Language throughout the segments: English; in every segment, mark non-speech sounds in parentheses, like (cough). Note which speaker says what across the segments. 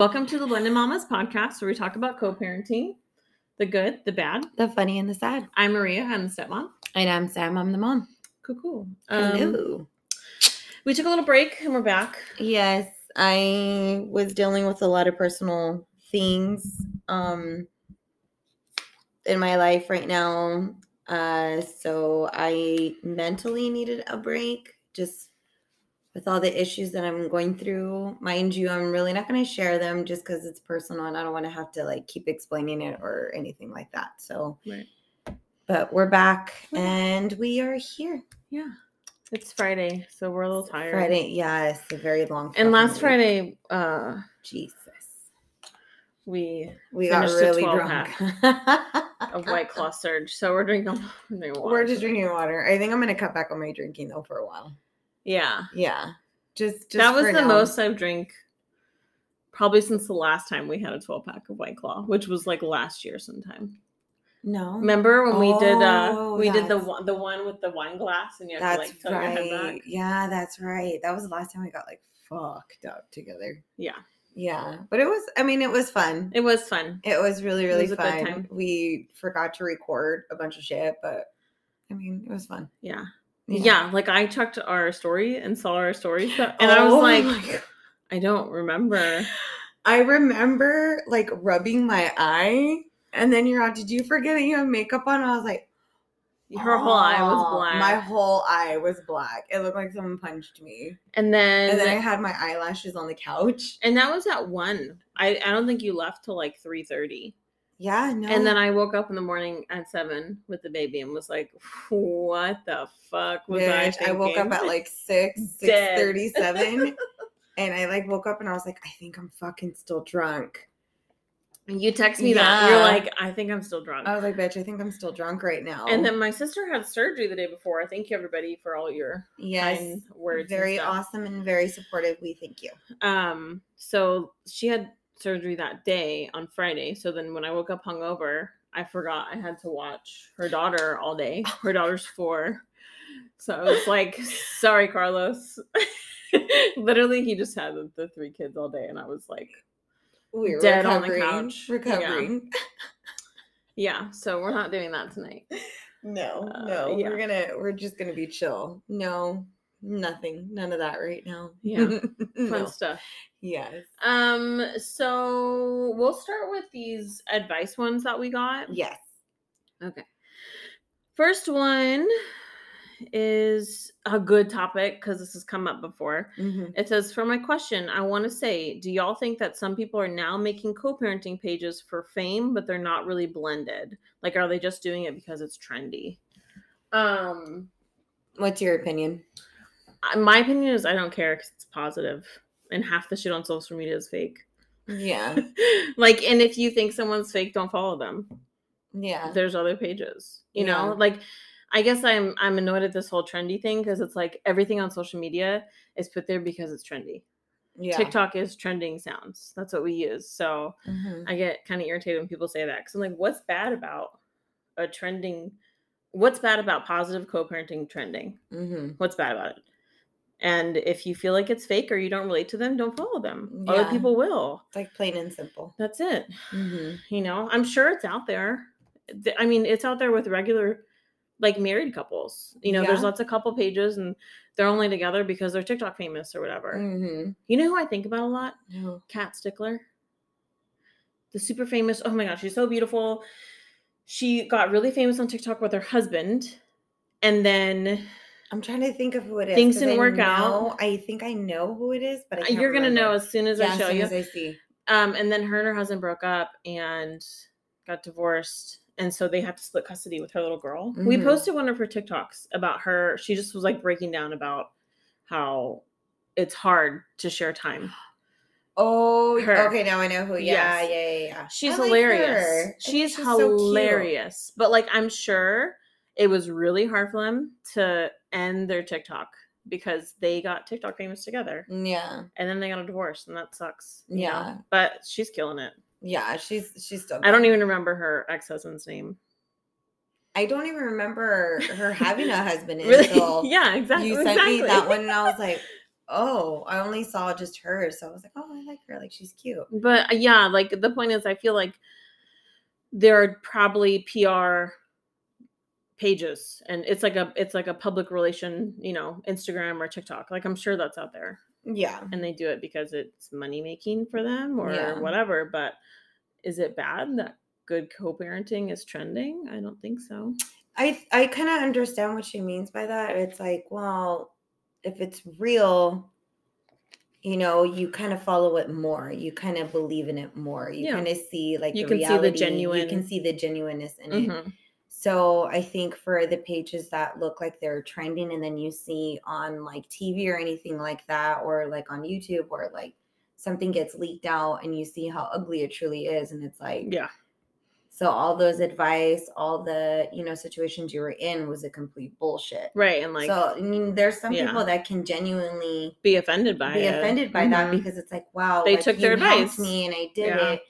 Speaker 1: Welcome to the Blended Mamas podcast, where we talk about co parenting the good, the bad.
Speaker 2: The funny and the sad.
Speaker 1: I'm Maria. I'm the stepmom.
Speaker 2: And I'm Sam. I'm the mom.
Speaker 1: Cool, cool. Um,
Speaker 2: Hello.
Speaker 1: we took a little break and we're back.
Speaker 2: Yes, I was dealing with a lot of personal things um in my life right now. Uh so I mentally needed a break just with all the issues that I'm going through. Mind you, I'm really not going to share them just cuz it's personal and I don't want to have to like keep explaining it or anything like that. So
Speaker 1: Right.
Speaker 2: But we're back
Speaker 1: We're back.
Speaker 2: and we are here.
Speaker 1: Yeah. It's Friday, so we're a little tired.
Speaker 2: Friday, yes, a very long
Speaker 1: And
Speaker 2: fucking
Speaker 1: last
Speaker 2: week.
Speaker 1: Friday, uh,
Speaker 2: Jesus.
Speaker 1: we
Speaker 2: We got
Speaker 1: Finished the
Speaker 2: really
Speaker 1: 12
Speaker 2: drunk.
Speaker 1: a white claw surge. So we're drinking, we're drinking water
Speaker 2: (laughs) We're
Speaker 1: (laughs)
Speaker 2: just
Speaker 1: today.
Speaker 2: drinking water. I think I'm gonna cut back on my drinking though for a while.
Speaker 1: Yeah.
Speaker 2: Yeah. Just, just
Speaker 1: that was
Speaker 2: for
Speaker 1: the
Speaker 2: now.
Speaker 1: most I've drank probably since the last time we had a 12 pack of white claw, which was like last year sometime.
Speaker 2: No.
Speaker 1: Remember when we did uh
Speaker 2: Oh,
Speaker 1: we did the
Speaker 2: that's-
Speaker 1: one, the one with the wine glass and you have
Speaker 2: That's
Speaker 1: to like tilt your head
Speaker 2: right.
Speaker 1: back?
Speaker 2: Yeah, that's right. That was the last time we got like fucked up together.
Speaker 1: Yeah.
Speaker 2: Yeah. But it was I mean it was fun.
Speaker 1: It was fun.
Speaker 2: It was really, really
Speaker 1: was a good
Speaker 2: fun.
Speaker 1: time.
Speaker 2: We forgot to record a bunch of shit, but I mean it was fun.
Speaker 1: Yeah. yeah. Like I checked our story and saw our story so- and I
Speaker 2: Oh
Speaker 1: was
Speaker 2: my
Speaker 1: like, I don't remember.
Speaker 2: I remember like rubbing my eye, and then you're out. Did you forget that you have makeup on? I was like,
Speaker 1: Her whole eye was
Speaker 2: "Oh."
Speaker 1: black.
Speaker 2: My whole eye was black. It looked like someone punched me.
Speaker 1: and then
Speaker 2: And then I had my eyelashes on the couch.
Speaker 1: and that was at one. I, I don't think you left till like three thirty.
Speaker 2: Yeah, no.
Speaker 1: And then I woke up in the morning at seven with the baby and was like, "What the fuck was I?"
Speaker 2: Bitch, I,
Speaker 1: Thinking?
Speaker 2: woke up at like six, six
Speaker 1: (laughs) Dead. (laughs)
Speaker 2: thirty-seven, and I like woke up and I was like, I think I'm fucking still drunk.
Speaker 1: you text me that you're
Speaker 2: Yeah. Oh,
Speaker 1: like, "I think I'm still drunk."
Speaker 2: I was like, bitch, I think I'm still drunk right now.
Speaker 1: And then my sister had surgery the day before. Thank you everybody for all your
Speaker 2: yes,
Speaker 1: kind words. and
Speaker 2: very
Speaker 1: stuff.
Speaker 2: awesome and very supportive. We thank you.
Speaker 1: Um, so she had surgery that day on Friday. So then when I woke up hungover, I forgot I had to watch her daughter all day. Her daughter's four. So I was like, sorry, Carlos. (laughs) Literally, he just had the- the three kids all day, and I was like,
Speaker 2: We were
Speaker 1: Dead on the
Speaker 2: recovering,
Speaker 1: couch. Yeah.
Speaker 2: recovering.
Speaker 1: yeah, so we're not doing that tonight.
Speaker 2: No,
Speaker 1: Uh,
Speaker 2: no,
Speaker 1: yeah.
Speaker 2: we're gonna we're just gonna be chill. No, nothing, none of that right now.
Speaker 1: Yeah. Fun
Speaker 2: (laughs) no.
Speaker 1: stuff.
Speaker 2: Yes.
Speaker 1: Um, so we'll start with these advice ones that we got.
Speaker 2: Yes.
Speaker 1: Okay. First one is a good topic because this has come up before.
Speaker 2: Mhm.
Speaker 1: It says, For my question, I want to say, do y'all think that some people are now making co parenting pages for fame, but they're not really blended? Like, are they just doing it because it's trendy? Um,
Speaker 2: What's your opinion?
Speaker 1: I- my opinion is I don't care because it's positive, and half the shit on social media is fake.
Speaker 2: Yeah.
Speaker 1: like, and if you think someone's fake, don't follow them.
Speaker 2: Yeah.
Speaker 1: there's other pages you
Speaker 2: Yeah.
Speaker 1: know like i guess i'm i'm annoyed at this whole trendy thing because it's like everything on social media is put there because it's trendy
Speaker 2: Yeah.
Speaker 1: tiktok is trending sounds that's what we use so
Speaker 2: Mhm.
Speaker 1: i get kind of irritated when people say that because i'm like what's bad about a trending what's bad about positive co-parenting trending
Speaker 2: Mhm.
Speaker 1: what's bad about it and if you feel like it's fake or you don't relate to them don't follow them other
Speaker 2: Yeah.
Speaker 1: people will
Speaker 2: It's like plain and simple.
Speaker 1: that's it
Speaker 2: Mhm.
Speaker 1: you know i'm sure it's out there Th- i mean it's out there with regular like married couples you know there's
Speaker 2: Yeah.
Speaker 1: lots of couple pages and they're only together because they're tiktok famous or whatever
Speaker 2: Mhm.
Speaker 1: you know who i think about a lot
Speaker 2: No.
Speaker 1: kat stickler the super famous oh my gosh she's so beautiful she got really famous on tiktok with her husband and then
Speaker 2: I'm trying to think of who it is.
Speaker 1: Things
Speaker 2: 'cause
Speaker 1: didn't
Speaker 2: I
Speaker 1: work
Speaker 2: know,
Speaker 1: out.
Speaker 2: I think I know who it is, but I can't
Speaker 1: you're gonna know
Speaker 2: remember.
Speaker 1: as soon as
Speaker 2: yeah,
Speaker 1: i
Speaker 2: as
Speaker 1: show
Speaker 2: soon
Speaker 1: you
Speaker 2: as I see.
Speaker 1: um, and then her and her husband broke up and got divorced and so they had to split custody with her little girl we
Speaker 2: Mhm.
Speaker 1: posted one of her tiktoks about her she just was like breaking down about how it's hard to share time
Speaker 2: Oh,
Speaker 1: Her.
Speaker 2: okay. Now I know who. Yeah,
Speaker 1: Yes.
Speaker 2: yeah, yeah, yeah.
Speaker 1: she's
Speaker 2: I like her. I
Speaker 1: hilarious
Speaker 2: think
Speaker 1: she's,
Speaker 2: so cute.
Speaker 1: hilarious but like i'm sure it was really hard for them to end their tiktok because they got tiktok famous together
Speaker 2: Yeah.
Speaker 1: and then they got a divorce and that sucks you know?
Speaker 2: Yeah.
Speaker 1: but she's killing it
Speaker 2: Yeah, she's she's still.
Speaker 1: i
Speaker 2: good.
Speaker 1: don't even remember her ex-husband's name
Speaker 2: I don't
Speaker 1: (laughs)
Speaker 2: even remember her having a husband
Speaker 1: Really? (laughs)
Speaker 2: until
Speaker 1: yeah, exactly.
Speaker 2: you sent me that
Speaker 1: exactly. (laughs)
Speaker 2: one, and I was like, oh, I only saw just her. So I was like, oh, I like her. Like she's cute.
Speaker 1: But uh, yeah, like the point is, I feel like there are probably PR pages, and it's like a it's like a public relation, you know, Instagram or TikTok. Like I'm sure that's out there,
Speaker 2: Yeah.
Speaker 1: and they do it because it's money making for them or
Speaker 2: Yeah.
Speaker 1: whatever. But is it bad that good co-parenting is trending? I don't think so.
Speaker 2: I I kind of understand what she means by that. It's like, well, if it's real, you know, you kind of follow it more. You kind of believe in it more. You
Speaker 1: Yeah.
Speaker 2: kind of see like
Speaker 1: You
Speaker 2: the
Speaker 1: can see the
Speaker 2: reality. You
Speaker 1: genuine-
Speaker 2: can see the genuineness in it.
Speaker 1: Mhm.
Speaker 2: So I think for the pages that look like they're trending and then you see on like TV or anything like that, or like on YouTube, where like something gets leaked out and you see how ugly it truly is, and it's like,
Speaker 1: Yeah,
Speaker 2: so all those advice, all the you know situations you were in was a complete bullshit.
Speaker 1: right. And like
Speaker 2: so I mean, there's some
Speaker 1: Yeah.
Speaker 2: people that can genuinely
Speaker 1: be offended by
Speaker 2: be
Speaker 1: it.
Speaker 2: offended by that
Speaker 1: Mhm.
Speaker 2: because it's like, wow,
Speaker 1: They
Speaker 2: like,
Speaker 1: took their
Speaker 2: you helped
Speaker 1: advice.
Speaker 2: me and I did
Speaker 1: Yeah.
Speaker 2: it.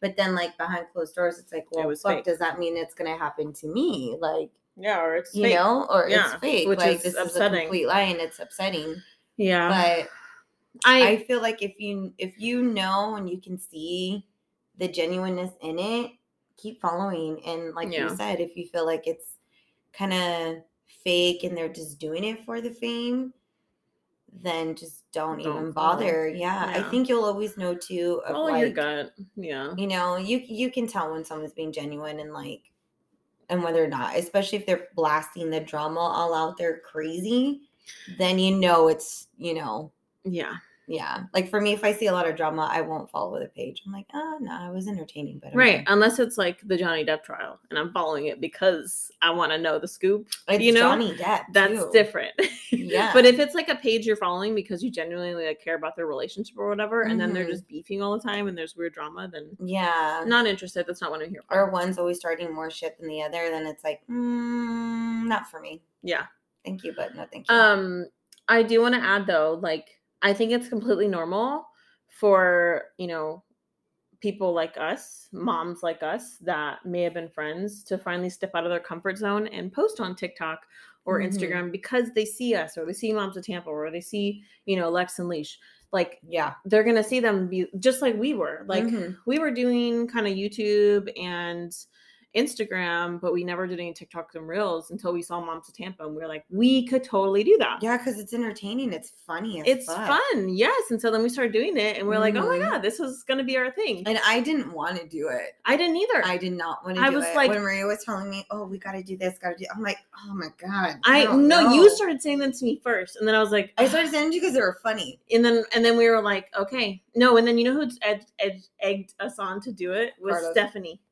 Speaker 2: But then, like behind closed doors, it's like, well,
Speaker 1: was
Speaker 2: fuck,
Speaker 1: fake.
Speaker 2: does that mean it's gonna happen to me? Like,
Speaker 1: Yeah, or it's
Speaker 2: you
Speaker 1: fake.
Speaker 2: know, or
Speaker 1: Yeah,
Speaker 2: it's fake.
Speaker 1: which
Speaker 2: like
Speaker 1: is
Speaker 2: this is
Speaker 1: upsetting.
Speaker 2: a complete lie and it's upsetting.
Speaker 1: Yeah,
Speaker 2: But
Speaker 1: I,
Speaker 2: I feel like if you if you know and you can see the genuineness in it, keep following. And like
Speaker 1: Yeah.
Speaker 2: you said, if you feel like it's kind of fake and they're just doing it for the fame, then just don't,
Speaker 1: Don't follow.
Speaker 2: even bother. Yeah,
Speaker 1: Yeah. Oh,
Speaker 2: I think you'll always know too. Of
Speaker 1: follow
Speaker 2: like,
Speaker 1: your gut. Yeah,
Speaker 2: You know, you you can tell when someone's being genuine and like, and whether or not, especially if they're blasting the drama all out there crazy, then you know it's you know
Speaker 1: yeah,
Speaker 2: yeah. Like for me, if I see a lot of drama, I won't follow the page. I'm like, oh no, I was entertaining, but I'm
Speaker 1: right.
Speaker 2: good."
Speaker 1: Unless it's like the Johnny Depp trial, and I'm following it because I want to know the scoop.
Speaker 2: It's
Speaker 1: uh, you know,
Speaker 2: Johnny Depp.
Speaker 1: That's
Speaker 2: too.
Speaker 1: different. (laughs)
Speaker 2: Yeah.
Speaker 1: but if it's like a page you're following because you genuinely like care about their relationship or whatever, and then they're
Speaker 2: Mhm.
Speaker 1: just beefing all the time and there's weird drama, then
Speaker 2: Yeah.
Speaker 1: I'm not interested. That's not what I'm here for.
Speaker 2: Or one's always starting more shit than the other, then it's like, mm, not for me.
Speaker 1: yeah.
Speaker 2: Thank you, but no, thank you.
Speaker 1: Um, I do want to add though, like I think it's completely normal for you know people like us, moms like us that may have been friends to finally step out of their comfort zone and post on TikTok or
Speaker 2: Mhm.
Speaker 1: Instagram because they see us or they see Moms of Tampa or they see you know Lex and Leash. Like
Speaker 2: yeah.
Speaker 1: they're gonna see them be just like we were. Like
Speaker 2: Mhm.
Speaker 1: we were doing kind of YouTube and Instagram, but we never did any TikToks and Reels until we saw Moms of Tampa, and we were like, we could totally do that.
Speaker 2: yeah, because it's entertaining. It's funny. As
Speaker 1: It's
Speaker 2: fuck.
Speaker 1: fun, yes. And so then we started doing it, and we're like, "Oh my
Speaker 2: Mhm.
Speaker 1: god, this is gonna be our thing."
Speaker 2: And I didn't want to do it.
Speaker 1: I didn't either.
Speaker 2: I did not want to.
Speaker 1: I
Speaker 2: do
Speaker 1: was
Speaker 2: it.
Speaker 1: like-
Speaker 2: when Maria was telling me, "Oh, we got to do this, got to do," I'm like, "Oh my god."
Speaker 1: I
Speaker 2: don't
Speaker 1: no, you
Speaker 2: know."
Speaker 1: started saying that to me first, and then I was like,
Speaker 2: I started saying because they were funny.
Speaker 1: and then and then we were like, okay, no, and then you know who ed- ed- egged us on to do it was
Speaker 2: Carlos.
Speaker 1: Stephanie.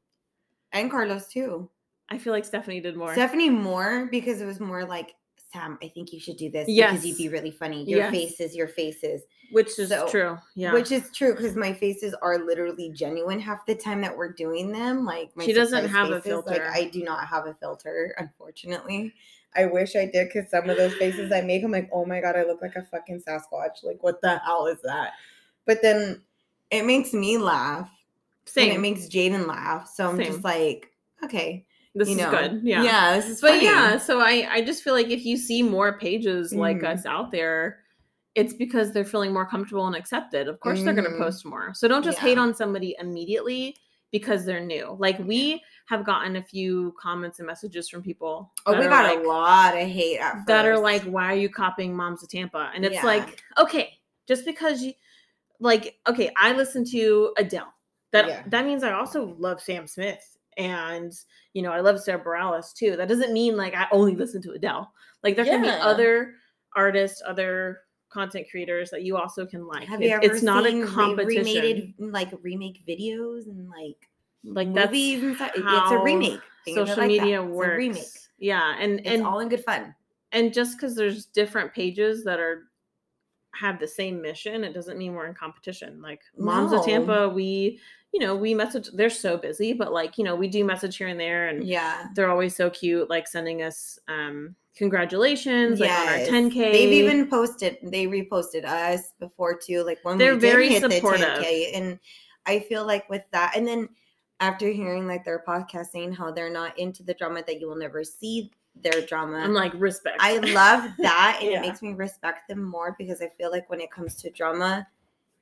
Speaker 2: and Carlos too.
Speaker 1: I feel like Stephanie did more.
Speaker 2: Stephanie more because it was more like Sam. I think you should do this because you'd be
Speaker 1: Yes.
Speaker 2: really funny. Your
Speaker 1: Yes.
Speaker 2: faces, your faces,
Speaker 1: Which is
Speaker 2: So-
Speaker 1: true. Yeah.
Speaker 2: which is true because my faces are literally genuine half the time that we're doing them. Like my
Speaker 1: She doesn't
Speaker 2: surprise
Speaker 1: have a filter.
Speaker 2: Like I do not have a filter, (laughs) unfortunately. I wish I did because some of those faces I make, I'm like, oh my god, I look like a fucking Sasquatch. Like, what the hell is that? But then it makes me laugh and it
Speaker 1: Same.
Speaker 2: makes Jaden laugh. So I'm
Speaker 1: Same.
Speaker 2: just like, okay,
Speaker 1: this
Speaker 2: you
Speaker 1: is
Speaker 2: know,
Speaker 1: good. Yeah.
Speaker 2: yeah, this is
Speaker 1: But
Speaker 2: funny.
Speaker 1: yeah, so I I just feel like if you see more pages like
Speaker 2: Mhm.
Speaker 1: us out there, it's because they're feeling more comfortable and accepted. Of course, they're going to
Speaker 2: Mhm.
Speaker 1: post more. So don't just hate
Speaker 2: Yeah.
Speaker 1: on somebody immediately because they're new. Like we have gotten a few comments and messages from people.
Speaker 2: Oh,
Speaker 1: that
Speaker 2: we
Speaker 1: are
Speaker 2: got
Speaker 1: like-
Speaker 2: a lot of hate at
Speaker 1: that are
Speaker 2: first.
Speaker 1: like, why are you copying Moms of Tampa? And it's
Speaker 2: Yeah.
Speaker 1: like, okay, just because you like, okay, I listen to Adele. That
Speaker 2: Yeah.
Speaker 1: that means I also love Sam Smith. And you know, I love Sarah Bareilles too. That doesn't mean like I only listen to Adele. Like there can be
Speaker 2: Yeah.
Speaker 1: other artists, other content creators that you also can like.
Speaker 2: have
Speaker 1: It-
Speaker 2: you ever
Speaker 1: it's not
Speaker 2: seen
Speaker 1: a
Speaker 2: re-
Speaker 1: competition.
Speaker 2: Remade, like remake videos and like
Speaker 1: like that's
Speaker 2: movies and stuff. It's a
Speaker 1: how
Speaker 2: remake. Think
Speaker 1: social
Speaker 2: of it like that.
Speaker 1: media
Speaker 2: It's a
Speaker 1: works.
Speaker 2: remake.
Speaker 1: Yeah, and
Speaker 2: It's
Speaker 1: and
Speaker 2: all in good fun.
Speaker 1: and just because there's different pages that are have the same mission it doesn't mean we're in competition like moms
Speaker 2: No.
Speaker 1: of tampa we you know we message they're so busy but like you know we do message here and there and
Speaker 2: Yeah.
Speaker 1: they're always so cute like sending us um congratulations
Speaker 2: Yes.
Speaker 1: like on our 10k
Speaker 2: They've even posted. They reposted us before too. Like when
Speaker 1: They're
Speaker 2: we
Speaker 1: very
Speaker 2: did hit
Speaker 1: supportive.
Speaker 2: the 10k, and I feel like with that, and then after hearing like their podcast saying how they're not into the drama that you will never see their drama.
Speaker 1: I'm like respect. (laughs)
Speaker 2: I love that, and
Speaker 1: Yeah.
Speaker 2: it makes me respect them more because I feel like when it comes to drama,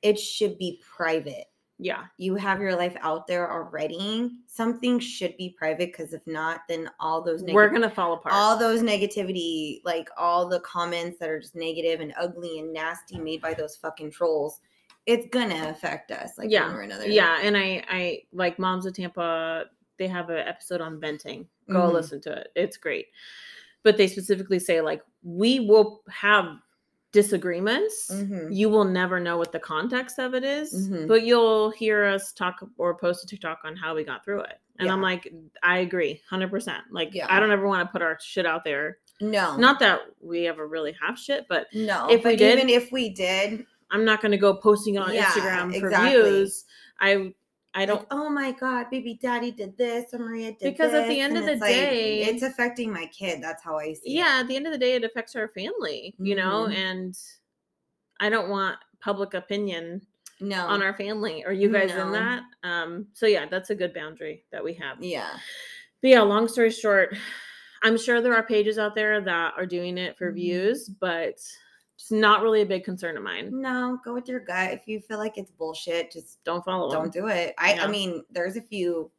Speaker 2: it should be private.
Speaker 1: yeah,
Speaker 2: You have your life out there already. Something should be private because if not, then all those neg-
Speaker 1: we're gonna fall apart.
Speaker 2: all those negativity, like all the comments that are just negative and ugly and nasty made by those fucking trolls, it's gonna affect us like
Speaker 1: Yeah.
Speaker 2: one way or another.
Speaker 1: yeah, and I I like Moms of Tampa. They have an episode on venting. Go
Speaker 2: Mhm.
Speaker 1: listen to it. It's great. But they specifically say like we will have disagreements.
Speaker 2: Mhm.
Speaker 1: You will never know what the context of it is,
Speaker 2: Mhm.
Speaker 1: but you'll hear us talk or post a TikTok on how we got through it. And I'm
Speaker 2: Yeah.
Speaker 1: like, I agree, hundred percent. Like,
Speaker 2: Yeah. Oh.
Speaker 1: I don't ever want to put our shit out there.
Speaker 2: No.
Speaker 1: Not that we ever really have shit, but
Speaker 2: no.
Speaker 1: if we
Speaker 2: but
Speaker 1: did-
Speaker 2: even if we did,
Speaker 1: I'm not going to go posting it on
Speaker 2: Yeah,
Speaker 1: Instagram for
Speaker 2: exactly.
Speaker 1: views. I I
Speaker 2: like,
Speaker 1: don't.
Speaker 2: oh my god baby daddy did this or maria did
Speaker 1: Because at the
Speaker 2: this,"
Speaker 1: end
Speaker 2: and
Speaker 1: of
Speaker 2: it's
Speaker 1: the
Speaker 2: like,
Speaker 1: day-
Speaker 2: it's affecting my kid that's how i see
Speaker 1: Yeah,
Speaker 2: it
Speaker 1: at the end of the day, it affects our family, you know,
Speaker 2: Mhm.
Speaker 1: and I don't want public opinion
Speaker 2: no
Speaker 1: on our family. Are you guys in
Speaker 2: No.
Speaker 1: that? Um. So yeah, that's a good boundary that we have.
Speaker 2: yeah
Speaker 1: But yeah, long story short, I'm sure there are pages out there that are doing it for
Speaker 2: Mhm.
Speaker 1: views, but it's not really a big concern of mine.
Speaker 2: no go with your gut if you feel like it's bullshit just
Speaker 1: Don't follow.
Speaker 2: don't do it i
Speaker 1: Yeah.
Speaker 2: i mean there's a few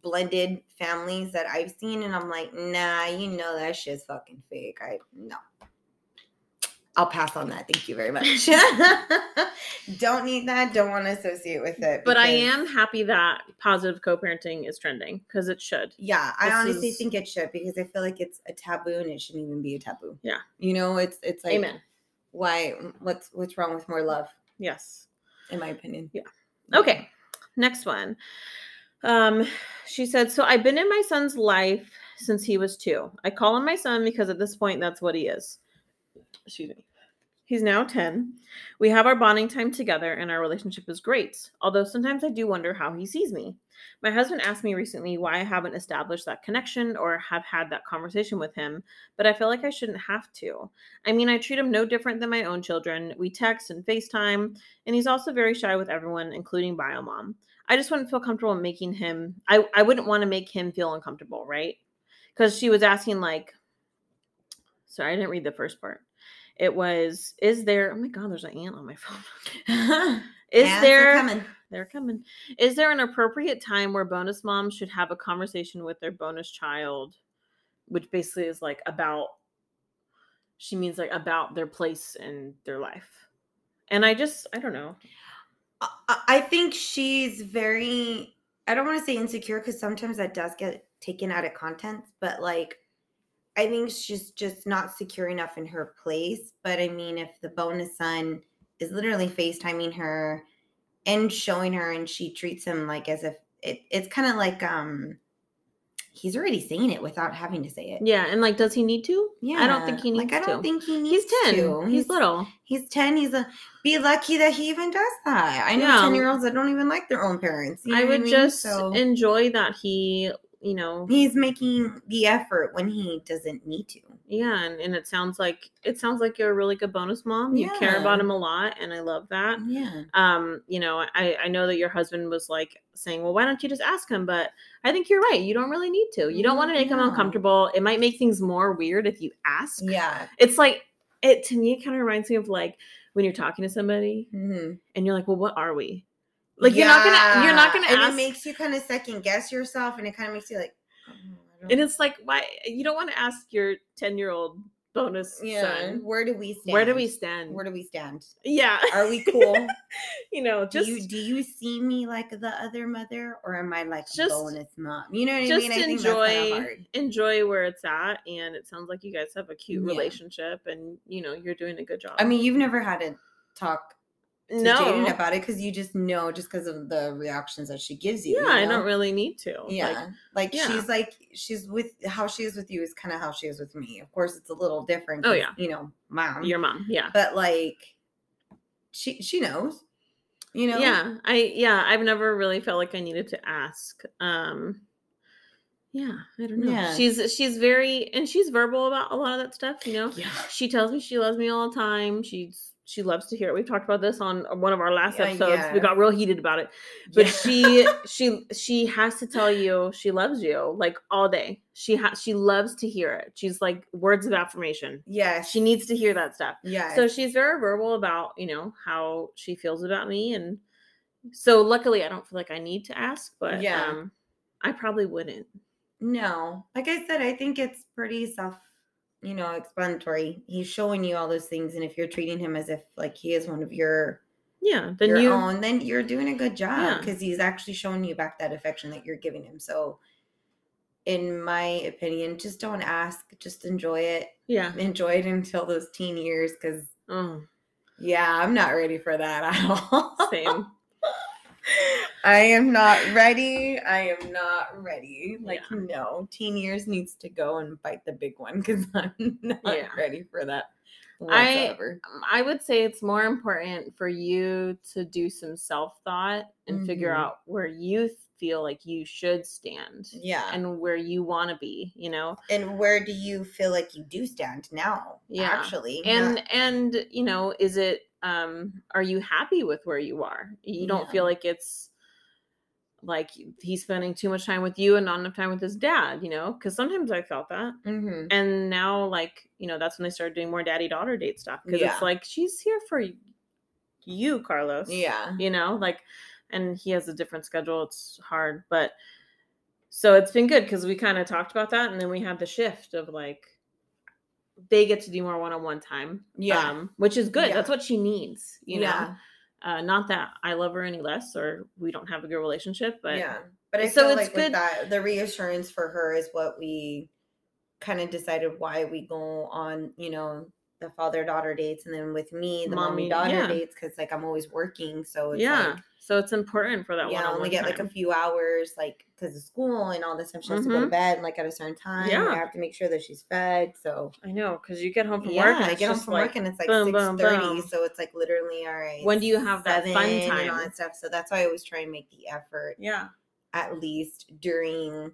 Speaker 2: blended families that i've seen and i'm like nah you know that shit's fucking fake i no I'll pass on that. Thank
Speaker 1: (laughs)
Speaker 2: you very much. (laughs) don't need that. Don't want to associate with it.
Speaker 1: But I
Speaker 2: because-
Speaker 1: am happy that positive co-parenting is trending because it should.
Speaker 2: Yeah, I
Speaker 1: This
Speaker 2: honestly
Speaker 1: is-
Speaker 2: think it should because I feel like it's a taboo and it shouldn't even be a taboo.
Speaker 1: Yeah.
Speaker 2: You know, it's it's like
Speaker 1: Amen.
Speaker 2: why what's what's wrong with more love,
Speaker 1: Yes.
Speaker 2: in my opinion.
Speaker 1: Yeah. Okay. Next one. Um, she said, So I've been in my son's life since he was two. I call him my son because at this point, that's what he is. Excuse me. He's now 10. We have our bonding time together and our relationship is great, although sometimes I do wonder how he sees me. My husband asked me recently why I haven't established that connection or have had that conversation with him, but I feel like I shouldn't have to. I mean, I treat him no different than my own children. We text and FaceTime, and he's also very shy with everyone, including bio mom. I just wouldn't feel comfortable making him. I I wouldn't want to make him feel uncomfortable, right? Because she was asking like, sorry, I didn't read the first part. It was, is there? Oh my god, there's an ant on my phone. (laughs) Is
Speaker 2: Ants are
Speaker 1: there?
Speaker 2: coming.
Speaker 1: They're coming. Is there an appropriate time where bonus moms should have a conversation with their bonus child, which basically is like about she means like about their place in their life. And I just I don't know.
Speaker 2: I- I I think she's very I don't want to say insecure because sometimes that does get taken out of context, but like I think she's just not secure enough in her place. But I mean, if the bonus son is literally FaceTiming her and showing her and she treats him like as if it, it's kind of like um he's already saying it without having to say it.
Speaker 1: Yeah, and like does he need to? I don't think he needs
Speaker 2: like I don't
Speaker 1: to.
Speaker 2: think he needs
Speaker 1: he's 10.
Speaker 2: to.
Speaker 1: He's, little.
Speaker 2: He's 10. He's a be lucky that he even does that. I know
Speaker 1: Yeah.
Speaker 2: 10 year olds that don't even like their own parents. you
Speaker 1: I
Speaker 2: know what
Speaker 1: would
Speaker 2: mean?
Speaker 1: just
Speaker 2: So,
Speaker 1: enjoy that he, you know,
Speaker 2: he's making the effort when he doesn't need to.
Speaker 1: yeah, and, and it sounds like it sounds like you're a really good bonus mom. You care about
Speaker 2: Yeah.
Speaker 1: him a lot and I love that.
Speaker 2: Yeah.
Speaker 1: um you know i i know that your husband was like saying well why don't you just ask him but i think you're right you don't really need to
Speaker 2: Mm-hmm,
Speaker 1: you don't want to make him
Speaker 2: No.
Speaker 1: uncomfortable it might make things more weird if you ask
Speaker 2: Yeah.
Speaker 1: it's like it to me it kind of reminds me of like when you're talking to somebody
Speaker 2: Mhm.
Speaker 1: and you're like well what are we like you're not gonna you're not
Speaker 2: Yeah.
Speaker 1: gonna
Speaker 2: and
Speaker 1: ask
Speaker 2: It makes you kind of second guess yourself and it kind of makes you like, oh, I don't-
Speaker 1: and it's like why you don't want to ask your 10 year old bonus
Speaker 2: yeah.
Speaker 1: son
Speaker 2: Where do we stand?
Speaker 1: where do we stand
Speaker 2: Where do we stand?
Speaker 1: yeah (laughs)
Speaker 2: Are we cool?
Speaker 1: you know just
Speaker 2: do you do you see me like the other mother, or am I like
Speaker 1: Just-
Speaker 2: a bonus mom? You know what I
Speaker 1: just
Speaker 2: mean? I think that's kinda
Speaker 1: enjoy
Speaker 2: hard.
Speaker 1: enjoy where it's at and it sounds like you guys have a cute
Speaker 2: Yeah.
Speaker 1: relationship and you know you're doing a good job
Speaker 2: I mean, you've never had a talk to
Speaker 1: no
Speaker 2: Jaden about it because you just know just because of the reactions that she gives you.
Speaker 1: yeah
Speaker 2: you
Speaker 1: i
Speaker 2: know?
Speaker 1: don't really need to Like,
Speaker 2: Yeah, like,
Speaker 1: yeah.
Speaker 2: she's like she's with how she is with you is kind of how she is with me. Of course, it's a little different.
Speaker 1: Oh,
Speaker 2: 'cause,
Speaker 1: yeah.
Speaker 2: you know, mom.
Speaker 1: your mom yeah
Speaker 2: but like, she she knows. You know.
Speaker 1: yeah i yeah i've never really felt like i needed to ask um yeah i don't know
Speaker 2: Yeah.
Speaker 1: she's she's very and she's verbal about a lot of that stuff you know (laughs)
Speaker 2: Yeah.
Speaker 1: she tells me she loves me all the time she's she loves to hear it. We've talked about this on one of our last
Speaker 2: Uh,
Speaker 1: episodes. We
Speaker 2: yes.
Speaker 1: got real heated about it. But she she she has to tell you she loves you like all day. She ha- she loves to hear it. She's like words of affirmation.
Speaker 2: yeah,
Speaker 1: She needs to hear that stuff.
Speaker 2: yeah.
Speaker 1: So she's very verbal about, you know, how she feels about me and so luckily I don't feel like I need to ask, but
Speaker 2: Yeah.
Speaker 1: um I probably wouldn't.
Speaker 2: No, like I said, I think it's pretty self, you know, explanatory. He's showing you all those things, and if you're treating him as if like he is one of your
Speaker 1: Yeah, then
Speaker 2: your
Speaker 1: you
Speaker 2: own, then you're doing a good job
Speaker 1: Yeah.
Speaker 2: because he's actually showing you back that affection that you're giving him. So, in my opinion, just don't ask. Just enjoy it. (laughs)
Speaker 1: yeah.
Speaker 2: Enjoy it until those teen years, because (laughs)
Speaker 1: Oh,
Speaker 2: yeah, I'm not ready for that (laughs) at all.
Speaker 1: same.
Speaker 2: I am not ready. I am not ready. Like,
Speaker 1: Yeah.
Speaker 2: no, teen years needs to go and bite the big one because (laughs) I'm not
Speaker 1: Yeah.
Speaker 2: ready for that
Speaker 1: I-
Speaker 2: whatsoever.
Speaker 1: Um, I would say it's more important for you to do some self thought and figure
Speaker 2: Mhm.
Speaker 1: out where you feel like you should stand
Speaker 2: yeah.
Speaker 1: and where you want to be, you know?
Speaker 2: And where do you feel like you do stand now?
Speaker 1: Yeah.
Speaker 2: Actually.
Speaker 1: And,
Speaker 2: not-
Speaker 1: and, you know, is it, um, are you happy with where you are? You don't
Speaker 2: Yeah.
Speaker 1: feel like it's like he's spending too much time with you and not enough time with his dad, you know? Cause sometimes I felt that.
Speaker 2: Mhm.
Speaker 1: and now like you know that's when they started doing more daddy daughter date stuff because
Speaker 2: Yeah.
Speaker 1: it's like she's here for y- you carlos
Speaker 2: Yeah.
Speaker 1: you know like and he has a different schedule it's hard but so it's been good because we kind of talked about that and then we had the shift of like they get to do more one-on-one time
Speaker 2: Yeah.
Speaker 1: um, which is good
Speaker 2: Yeah.
Speaker 1: that's what she needs you know
Speaker 2: yeah.
Speaker 1: uh, not that i love her any less or we don't have a good relationship but
Speaker 2: yeah. But I
Speaker 1: so
Speaker 2: feel
Speaker 1: it's
Speaker 2: like with
Speaker 1: good-
Speaker 2: that, the reassurance for her is what we kind of decided why we go on, you know, the father daughter dates and then with me, the
Speaker 1: Mommy-
Speaker 2: mommy daughter
Speaker 1: yeah.
Speaker 2: dates because like I'm always working. So it's
Speaker 1: yeah
Speaker 2: like,
Speaker 1: so it's important for that
Speaker 2: yeah, I
Speaker 1: one-on-one
Speaker 2: only get like a
Speaker 1: time.
Speaker 2: few hours, like because of school and all this time. She has to go to bed, like at a certain time. like, I
Speaker 1: Yeah.
Speaker 2: have to make sure that she's fed. So
Speaker 1: I know because you get home from
Speaker 2: yeah,
Speaker 1: work. And
Speaker 2: I
Speaker 1: it's
Speaker 2: get home
Speaker 1: just
Speaker 2: from
Speaker 1: like,
Speaker 2: work and it's like
Speaker 1: boom,
Speaker 2: six
Speaker 1: boom,
Speaker 2: thirty.
Speaker 1: boom.
Speaker 2: So it's like literally, all right.
Speaker 1: When do you have that fun
Speaker 2: seven and all
Speaker 1: time?
Speaker 2: that stuff? So that's why I always try and make the effort
Speaker 1: Yeah,
Speaker 2: at least during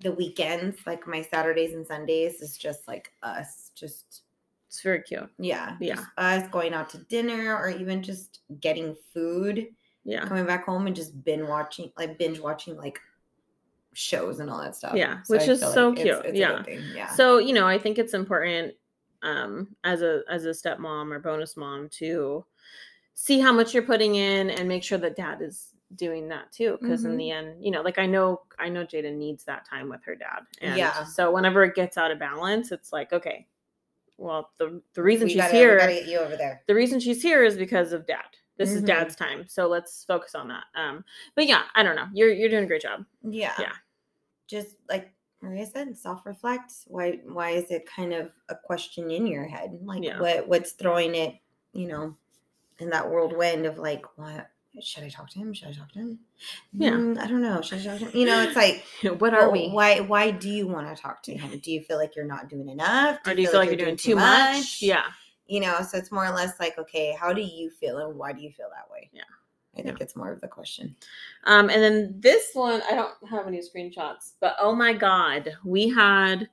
Speaker 2: the weekends, like my Saturdays and Sundays, is just like us, just
Speaker 1: it's very cute.
Speaker 2: yeah,
Speaker 1: Yeah.
Speaker 2: just us going out to dinner or even just getting food,
Speaker 1: Yeah,
Speaker 2: coming back home and just binge watching, like binge watching like shows and all that stuff.
Speaker 1: Yeah, which
Speaker 2: I
Speaker 1: is
Speaker 2: feel
Speaker 1: so
Speaker 2: like it's-
Speaker 1: cute,
Speaker 2: it's a good
Speaker 1: yeah.
Speaker 2: thing, yeah.
Speaker 1: So you know, I think it's important um, as a as a stepmom or bonus mom to see how much you're putting in and make sure that dad is doing that too. Because in the end, you know, like I know I know Jada needs that time with her dad. And
Speaker 2: Yeah.
Speaker 1: So whenever it gets out of balance, it's like okay, well the the reason
Speaker 2: We
Speaker 1: she's
Speaker 2: gotta, we
Speaker 1: here
Speaker 2: gotta get you over there.
Speaker 1: the reason she's here is because of dad. This is
Speaker 2: Mhm.
Speaker 1: dad's time, so let's focus on that. Um, but yeah, I don't know. You're you're doing a great job. (laughs)
Speaker 2: Yeah.
Speaker 1: Yeah.
Speaker 2: Just like Maria said, self-reflect. Why why is it kind of a question in your head? Like
Speaker 1: Yeah.
Speaker 2: what what's throwing it, you know, in that whirlwind of like, what should I talk to him? Should I talk to him?
Speaker 1: Yeah.
Speaker 2: "Mm, I don't know. Should I talk to him? You know, it's
Speaker 1: (laughs)
Speaker 2: like
Speaker 1: what are
Speaker 2: well,
Speaker 1: we?
Speaker 2: why why do you want to talk to him? Do you feel like you're not doing enough?
Speaker 1: or do you feel like you're doing too much? Yeah,
Speaker 2: You know, so it's more or less like, okay, how do you feel and why do you feel that way?
Speaker 1: Yeah.
Speaker 2: I think it's more of the question.
Speaker 1: Um, and then this one, I don't have any screenshots, but oh my god, we had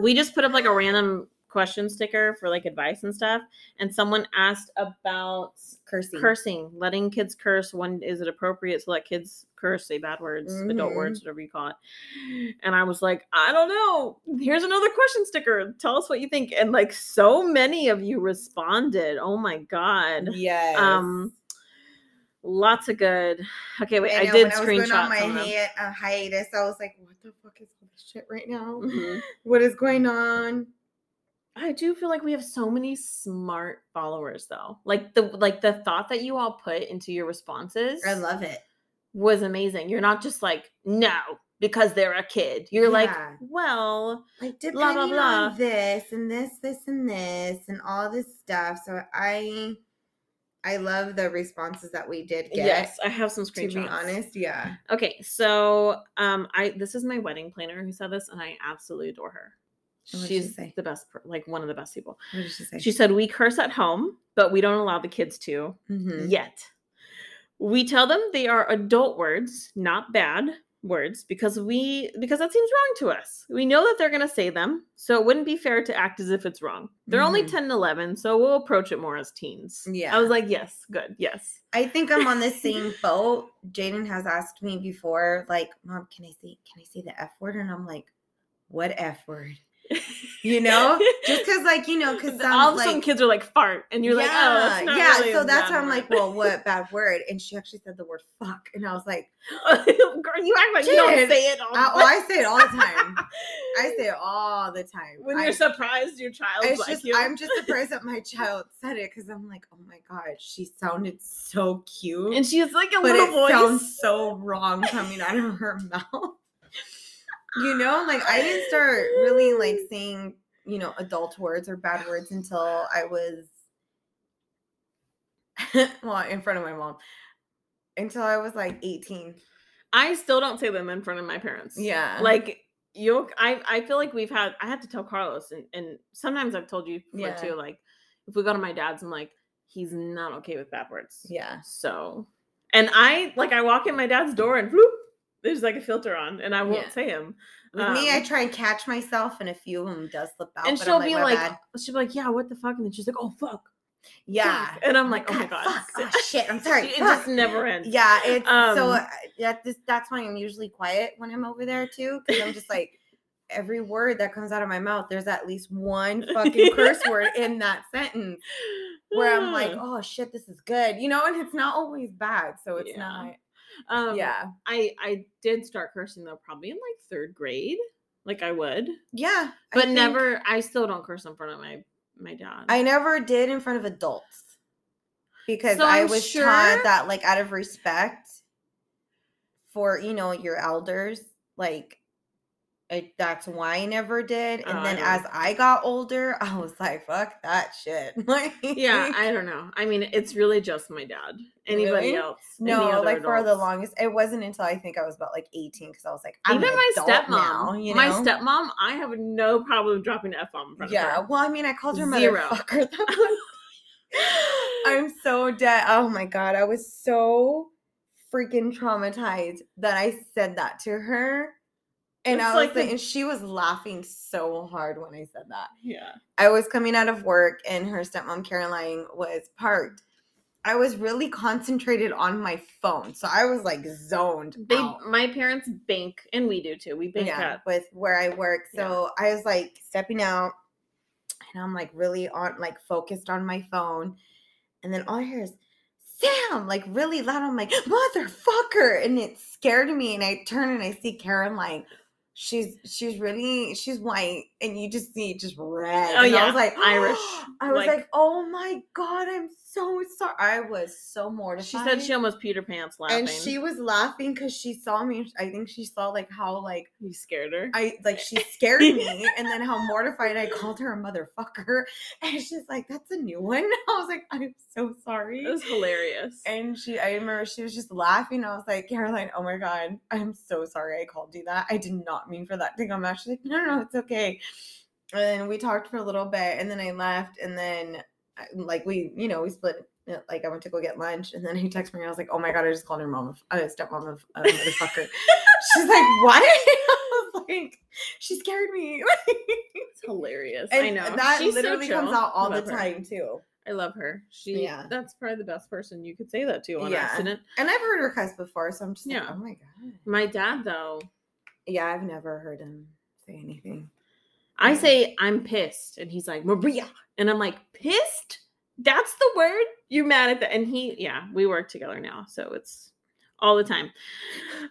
Speaker 1: we just put up like a random question sticker for like advice and stuff, and someone asked about
Speaker 2: Cursing.
Speaker 1: cursing, letting kids curse. When is it appropriate to let kids curse, say bad words, adult
Speaker 2: Mhm.
Speaker 1: words, whatever you call it? And I was like, I don't know. Here's another question sticker. Tell us what you think. And like, so many of you responded. Oh my god.
Speaker 2: Yes.
Speaker 1: Um, lots of good. Okay, wait. I,
Speaker 2: know,
Speaker 1: did
Speaker 2: when I was going
Speaker 1: screenshots
Speaker 2: on my
Speaker 1: on them.
Speaker 2: hi- uh, hiatus, I was like, what the fuck is all this shit right now?
Speaker 1: Mhm.
Speaker 2: What is going on?
Speaker 1: I do feel like we have so many smart followers though. Like the like the thought that you all put into your responses
Speaker 2: I love it.
Speaker 1: was amazing. You're not just like, no, because they're a kid. You're like,
Speaker 2: Yeah.
Speaker 1: well,
Speaker 2: Like depending
Speaker 1: Blah, blah, blah.
Speaker 2: on this and this, this and this and all this stuff. So I, I love the responses that we did get.
Speaker 1: yes, I have some
Speaker 2: To
Speaker 1: screenshots.
Speaker 2: be honest, yeah.
Speaker 1: Okay, so um I this is my wedding planner who said this and I absolutely adore her.
Speaker 2: And what'd she
Speaker 1: She's
Speaker 2: say?
Speaker 1: the best per- like one of the best people.
Speaker 2: What did she say?
Speaker 1: She said we curse at home, but we don't allow the kids to (laughs)
Speaker 2: Mhm.
Speaker 1: yet. We tell them they are adult words, not bad. words because we because that seems wrong to us. We know that they're going to say them, so it wouldn't be fair to act as if it's wrong. They're only
Speaker 2: Mhm.
Speaker 1: 10 and 11, so we'll approach it more as teens.
Speaker 2: Yeah.
Speaker 1: I was like, "Yes, good. Yes."
Speaker 2: I think I'm on the same boat. Jaden has asked me before, like, Mom, can I say can I say the F word? And I'm like, what F
Speaker 1: (laughs)
Speaker 2: word? You know? Just because like, you know, because
Speaker 1: all of a sudden kids are like fart and you're like, "Oh, that's not
Speaker 2: yeah.
Speaker 1: really
Speaker 2: so
Speaker 1: a
Speaker 2: that's
Speaker 1: bad
Speaker 2: how I'm
Speaker 1: word."
Speaker 2: like, well, what bad word? And she actually said the word fuck, and I was
Speaker 1: (laughs)
Speaker 2: like,
Speaker 1: (laughs) Girl, you act like you
Speaker 2: Jaden,
Speaker 1: don't say it all.
Speaker 2: I,
Speaker 1: the
Speaker 2: oh, I say it all the time.
Speaker 1: time.
Speaker 2: I say it all the time.
Speaker 1: when
Speaker 2: I,
Speaker 1: you're surprised your child's
Speaker 2: it's
Speaker 1: like
Speaker 2: just,
Speaker 1: you.
Speaker 2: I'm just surprised that my child said it because I'm like, oh my god, she sounded so cute,
Speaker 1: and she's like a
Speaker 2: but
Speaker 1: little
Speaker 2: it
Speaker 1: voice.
Speaker 2: sounds so wrong coming out of her (laughs) mouth. You know, like I didn't start really like saying, you know, adult words or bad words until I was (laughs) well, in front of my mom. Until I was like 18.
Speaker 1: I still don't say them in front of my parents.
Speaker 2: Yeah.
Speaker 1: Like you I I feel like we've had I had to tell Carlos and, and sometimes I've told you before
Speaker 2: Yeah.
Speaker 1: too, like if we go to my dad's I'm like, he's not okay with bad words.
Speaker 2: yeah.
Speaker 1: So and I like I walk in my dad's door and whoop, there's like a filter on and I won't
Speaker 2: Yeah.
Speaker 1: say him.
Speaker 2: With me, I
Speaker 1: Um,
Speaker 2: try and catch myself, and a few of them does slip out.
Speaker 1: and
Speaker 2: but
Speaker 1: she'll
Speaker 2: I'm like,
Speaker 1: be
Speaker 2: "My
Speaker 1: like
Speaker 2: bad."
Speaker 1: she'll be like, Yeah, what the fuck? And then she's like, Oh fuck.
Speaker 2: yeah.
Speaker 1: fuck." And I'm like, Oh my god.
Speaker 2: fuck,
Speaker 1: so- (laughs)
Speaker 2: oh shit, I'm sorry.
Speaker 1: It
Speaker 2: fuck."
Speaker 1: just never ends.
Speaker 2: Yeah, it's so
Speaker 1: Um,
Speaker 2: uh, yeah, this, that's why I'm usually quiet when I'm over there too, because I'm just
Speaker 1: (laughs)
Speaker 2: like every word that comes out of my mouth, there's at
Speaker 1: (laughs)
Speaker 2: least one fucking curse word in that sentence where I'm like, oh shit, this is good, you know, and it's not always bad, so it's
Speaker 1: Ah. Yeah.
Speaker 2: not.
Speaker 1: (laughs) um,
Speaker 2: yeah,
Speaker 1: I I did start cursing though, probably in like third grade. Like I would,
Speaker 2: yeah, I
Speaker 1: but
Speaker 2: think-
Speaker 1: never. I still don't curse in front of my my dad.
Speaker 2: I never did in front of adults because
Speaker 1: So
Speaker 2: I
Speaker 1: I'm
Speaker 2: was
Speaker 1: sure-
Speaker 2: taught that, like, out of respect for you know your elders, like, I, that's why I never did. And
Speaker 1: Oh, I
Speaker 2: then
Speaker 1: don't-
Speaker 2: as I got older, (laughs) I was like, "Fuck that shit!" (laughs) Like,
Speaker 1: yeah, I don't know. I mean, it's really just my dad. Anybody
Speaker 2: Really?
Speaker 1: else? any
Speaker 2: no,
Speaker 1: other
Speaker 2: like for the
Speaker 1: adults.
Speaker 2: longest, it wasn't until I think I was about like eighteen because I was like, I'm
Speaker 1: Even
Speaker 2: an
Speaker 1: my
Speaker 2: adult
Speaker 1: stepmom.
Speaker 2: now," you
Speaker 1: My
Speaker 2: know?
Speaker 1: stepmom, I have no problem dropping an f bomb in front
Speaker 2: Yeah,
Speaker 1: of her.
Speaker 2: well, I mean, I called her
Speaker 1: Zero.
Speaker 2: motherfucker. (laughs)
Speaker 1: (laughs)
Speaker 2: That one (gasps) I'm so dead. Oh my god, I was so freaking traumatized that I said that to her. And
Speaker 1: It's
Speaker 2: I was
Speaker 1: like
Speaker 2: like,
Speaker 1: the-
Speaker 2: and she was laughing so hard when I said that.
Speaker 1: (gasps) yeah.
Speaker 2: I was coming out of work and her stepmom Caroline was parked. I was really concentrated on my phone. So I was like zoned.
Speaker 1: They,
Speaker 2: out.
Speaker 1: my parents bank, and we do too. We bank
Speaker 2: yeah,
Speaker 1: up.
Speaker 2: with where I work.
Speaker 1: Yeah.
Speaker 2: So I was like stepping out and I'm like really on like focused on my phone. And then all I hear is Sam, like really loud. I'm like, motherfucker. And it scared me. And I turn and I see Karen like she's she's really she's white and you just see just red.
Speaker 1: Oh,
Speaker 2: and I
Speaker 1: yeah,
Speaker 2: was like
Speaker 1: Irish,
Speaker 2: (gasps) I was like,
Speaker 1: like-
Speaker 2: oh my god, I'm so sorry. I was so mortified.
Speaker 1: She said she almost peed her pants laughing.
Speaker 2: and she was laughing because she saw me. I think she saw like how like
Speaker 1: you scared her.
Speaker 2: I like she scared me, and then how mortified I called her a motherfucker, (laughs) and she's like, "That's a new one." (laughs) I was like, "I'm so sorry."
Speaker 1: it was hilarious.
Speaker 2: And she, I remember she was just laughing. I was like, "Caroline, oh my god, I'm so sorry I called you that. I did not mean for that to come out." She's like, "No, no, it's okay." And then we talked for a little bit, and then I left, and then I- like we, you know, we split. uh, Like I went to go get lunch, and then he texted me. and I was like, "Oh my god, I just called her mom, a f- uh, stepmom of a
Speaker 1: (laughs)
Speaker 2: motherfucker." She's like, "What?" (laughs) I was like, "She scared me."
Speaker 1: It's hilarious. (laughs) I
Speaker 2: And
Speaker 1: know
Speaker 2: that
Speaker 1: She's so
Speaker 2: literally comes
Speaker 1: chill.
Speaker 2: out all
Speaker 1: I
Speaker 2: the
Speaker 1: love her.
Speaker 2: time too.
Speaker 1: I love her. She
Speaker 2: Yeah.
Speaker 1: that's probably the best person you could say that to on
Speaker 2: Yeah.
Speaker 1: accident.
Speaker 2: And I've heard her cuss before, so I'm just like,
Speaker 1: Yeah.
Speaker 2: "Oh my god."
Speaker 1: My dad though,
Speaker 2: Yeah, I've never heard him say anything.
Speaker 1: I
Speaker 2: Yeah.
Speaker 1: say I'm pissed and he's like Maria and I'm like pissed? That's the word? You're mad at that and he yeah, we work together now, so it's all the time.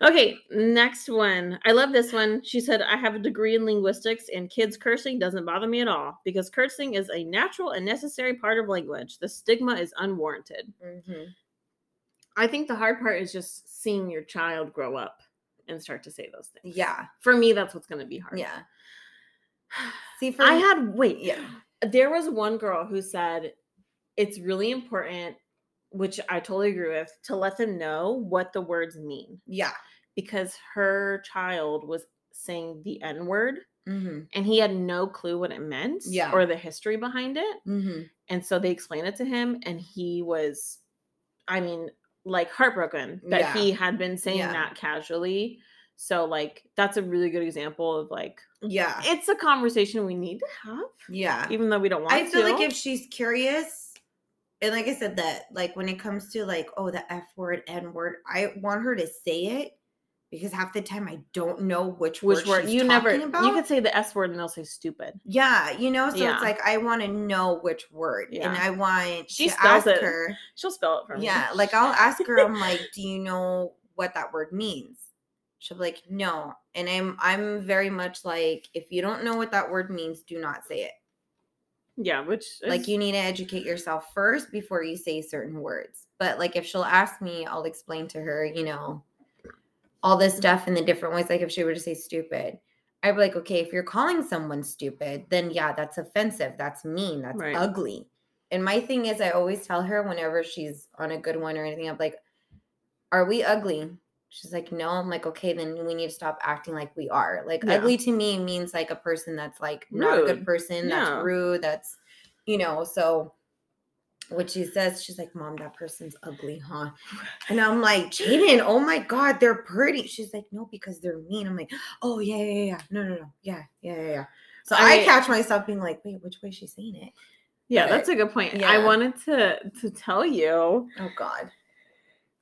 Speaker 1: Okay, next one. I love this one. She said, I have a degree in linguistics and kids cursing doesn't bother me at all because cursing is a natural and necessary part of language. The stigma is unwarranted. Mm-hmm. I think the hard part is just seeing your child grow up and start to say those things.
Speaker 2: Yeah,
Speaker 1: For me, that's what's going to be hard.
Speaker 2: yeah. (sighs) See, for
Speaker 1: I
Speaker 2: me-
Speaker 1: had, wait,
Speaker 2: yeah,
Speaker 1: there was one girl who said it's really important, which I totally agree with, to let them know what the words mean
Speaker 2: yeah.
Speaker 1: because her child was saying the N word
Speaker 2: Mm-hmm.
Speaker 1: and he had no clue what it meant
Speaker 2: Yeah.
Speaker 1: or the history behind it.
Speaker 2: Mm-hmm.
Speaker 1: And so they explained it to him, and he was, I mean, like heartbroken that
Speaker 2: Yeah.
Speaker 1: he had been saying
Speaker 2: Yeah.
Speaker 1: that casually So like that's a really good example of like
Speaker 2: Yeah.
Speaker 1: it's a conversation we need to have,
Speaker 2: Yeah.
Speaker 1: even though we don't want
Speaker 2: I feel
Speaker 1: to.
Speaker 2: like if she's curious, and like I said, that like when it comes to like, oh, the F word, N word, I want her to say it because half the time I don't know which,
Speaker 1: which word
Speaker 2: word she's
Speaker 1: you never
Speaker 2: talking about.
Speaker 1: you could say the S word and they'll say stupid.
Speaker 2: yeah, you know, so
Speaker 1: Yeah.
Speaker 2: it's like I want to know which word,
Speaker 1: Yeah.
Speaker 2: and I want
Speaker 1: She
Speaker 2: to
Speaker 1: spells
Speaker 2: ask
Speaker 1: it
Speaker 2: her.
Speaker 1: She'll spell it for me.
Speaker 2: Yeah, like I'll ask her, I'm like, do you know what that word means? She'll be like, no. And I'm I'm very much like, if you don't know what that word means, do not say it.
Speaker 1: yeah, which is,
Speaker 2: Like you need to educate yourself first before you say certain words. But like if she'll ask me, I'll explain to her, you know, all this stuff in the different ways. Like if she were to say stupid, I'd be like, okay, if you're calling someone stupid, then yeah, that's offensive. That's mean. That's
Speaker 1: Right.
Speaker 2: ugly. And my thing is I always tell her whenever she's on a good one or anything, I'm like, are we ugly? She's like, no. I'm like, okay, then we need to stop acting like we are. Like,
Speaker 1: Yeah.
Speaker 2: ugly to me means like a person that's like not a good
Speaker 1: Rude.
Speaker 2: person,
Speaker 1: Yeah.
Speaker 2: that's rude, that's, you know, so what she says, she's like, Mom, that person's ugly, huh? And I'm like, Jaden, oh my God, they're pretty. She's like, No, because they're mean. I'm like, Oh, yeah, yeah, yeah. No, no, no. Yeah, yeah, yeah, yeah. So I,
Speaker 1: I-
Speaker 2: catch myself being like, Wait, which way is she saying it?
Speaker 1: yeah,
Speaker 2: okay.
Speaker 1: that's a good point. I
Speaker 2: Yeah.
Speaker 1: wanted to to tell you.
Speaker 2: Oh, God.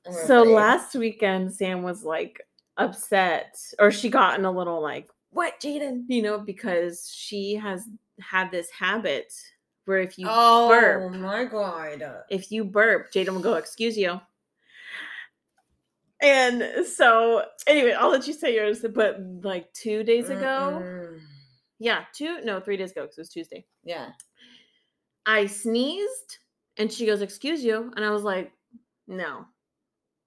Speaker 2: I'm
Speaker 1: So
Speaker 2: afraid.
Speaker 1: last weekend Sam was like upset or she got in a little like what Jaden, you know, because she has had this habit where if you
Speaker 2: oh
Speaker 1: burp.
Speaker 2: my God.
Speaker 1: if you burp, Jaden will go, excuse you. And so, anyway, I'll let you say yours. But like two days ago,
Speaker 2: Mm-mm.
Speaker 1: yeah, two, no, three days ago, because it was Tuesday,
Speaker 2: Mm-hmm. Yeah.
Speaker 1: I sneezed and she goes, excuse you. And I was like, no,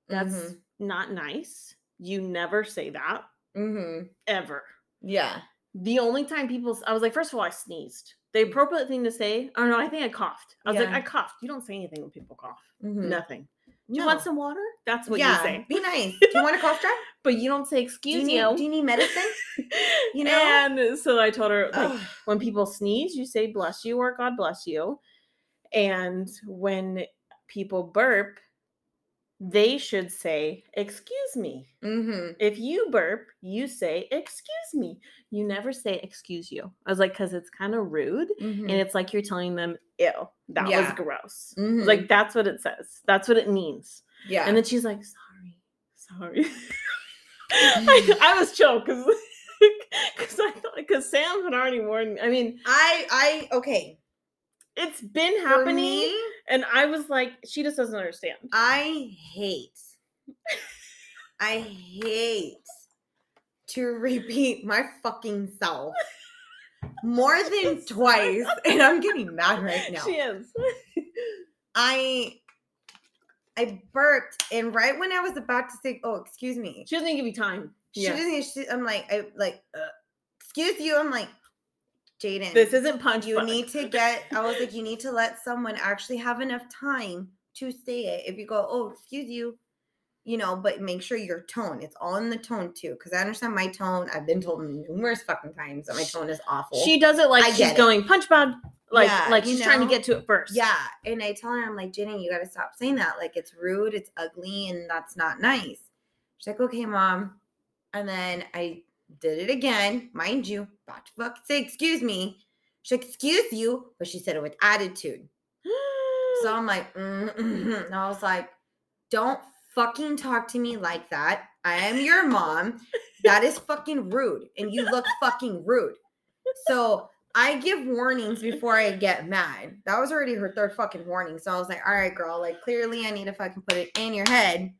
Speaker 1: that's
Speaker 2: Mhm.
Speaker 1: not nice. You never say that
Speaker 2: Mm-hmm.
Speaker 1: ever.
Speaker 2: Yeah.
Speaker 1: The only time people, s- I was like, first of all, I sneezed. The appropriate thing to say, oh no, I think I coughed. I was like,
Speaker 2: Mm. Yeah.
Speaker 1: I coughed. You don't say anything when people cough.
Speaker 2: Mhm.
Speaker 1: Nothing. Do you want
Speaker 2: No.
Speaker 1: some water? That's what
Speaker 2: yeah.
Speaker 1: you say. (laughs)
Speaker 2: Be nice. Do you want a cough drop?
Speaker 1: but you don't say
Speaker 2: Do you
Speaker 1: excuse
Speaker 2: need,
Speaker 1: you.
Speaker 2: do you need (laughs) medicine? you know?
Speaker 1: And so I told her like,
Speaker 2: Ugh.
Speaker 1: when people sneeze, you say bless you or God bless you. And when people burp, they should say excuse me.
Speaker 2: (sighs) Mm-hmm.
Speaker 1: If you burp, you say excuse me. You never say excuse you. I was like, because it's kind of rude,
Speaker 2: Mm-hmm.
Speaker 1: and it's like you're telling them, "Ew, that was
Speaker 2: Yeah.
Speaker 1: gross." It's Like that's what it says. That's what it means.
Speaker 2: mm-hmm. yeah.
Speaker 1: And then she's like, sorry, sorry. (laughs)
Speaker 2: Mm.
Speaker 1: I, I was choked (laughs) because because I thought because Sam had already warned me. I mean,
Speaker 2: I I okay.
Speaker 1: it's been
Speaker 2: For
Speaker 1: happening,
Speaker 2: me, Uh,
Speaker 1: and I was like, she just doesn't understand. (laughs)
Speaker 2: I hate. I hate to repeat my fucking self more (laughs) than twice, and I'm getting mad right now.
Speaker 1: She is. (laughs)
Speaker 2: I I burped, and right when I was about to say, "Oh, excuse me,"
Speaker 1: she doesn't give you time.
Speaker 2: she
Speaker 1: Yeah.
Speaker 2: doesn't. even- She, I'm like, I like, uh, excuse you. I'm like, Jaden,
Speaker 1: This isn't punch.
Speaker 2: you
Speaker 1: bug.
Speaker 2: need to get i was like you need to let someone actually have enough time to say it if you go oh excuse you you know but make sure your tone it's all in the tone too because i understand my tone i've been told numerous fucking times that my tone is awful
Speaker 1: She does it like
Speaker 2: I
Speaker 1: she's
Speaker 2: get it.
Speaker 1: going punch bug, like
Speaker 2: Yeah,
Speaker 1: like
Speaker 2: you
Speaker 1: she's trying to
Speaker 2: know?
Speaker 1: get to it first. (gasps)
Speaker 2: yeah and i tell her i'm like jenny you gotta stop saying that like it's rude it's ugly and that's not nice she's like okay mom and then i did it again mind you about to fuck say excuse me she excuse you but she said it with attitude So I'm like, mm, mhm," and I was like, don't fucking talk to me like that. I am your mom. That is fucking rude. And you look fucking rude. So I give warnings before I get mad. That was already her third fucking warning. So I was like, all right, girl, like clearly I need to fucking put it in your head.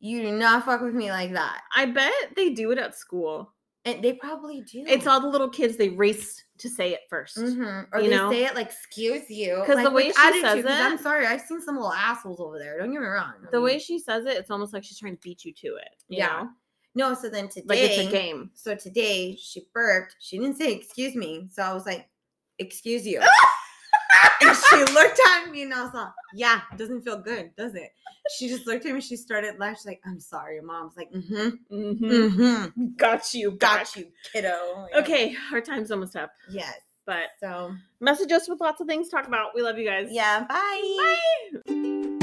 Speaker 2: You do not fuck with me like that.
Speaker 1: I bet they do it at school.
Speaker 2: And they probably do.
Speaker 1: It's all the little kids. They race to say it 1st
Speaker 2: Mhm. Or
Speaker 1: you
Speaker 2: they
Speaker 1: know?
Speaker 2: say it like, excuse you.
Speaker 1: 'Cause the
Speaker 2: like,
Speaker 1: way
Speaker 2: with
Speaker 1: she says
Speaker 2: 'cause I'm
Speaker 1: it-
Speaker 2: sorry. I've seen some little assholes over there. Don't get me wrong. I
Speaker 1: The
Speaker 2: mean-
Speaker 1: way she says it, it's almost like she's trying to beat you to it. You
Speaker 2: Yeah.
Speaker 1: know?
Speaker 2: No, so then today,
Speaker 1: Like it's a game.
Speaker 2: so today she burped. She didn't say excuse me, so I was like,
Speaker 1: (laughs)
Speaker 2: "Excuse you." and she looked at me, and I was like, "Yeah, doesn't feel good, does it?" She just looked at me. She started laughing. She's like, "I'm sorry, mom." I was like, "Mm-hmm,
Speaker 1: Mm-hmm.
Speaker 2: mm-hmm,
Speaker 1: Got you.
Speaker 2: got you, kiddo." you know?
Speaker 1: Okay, our time's almost up.
Speaker 2: Yes.
Speaker 1: But
Speaker 2: So
Speaker 1: message us with lots of things to talk about. We love you guys.
Speaker 2: yeah, bye.
Speaker 1: Bye.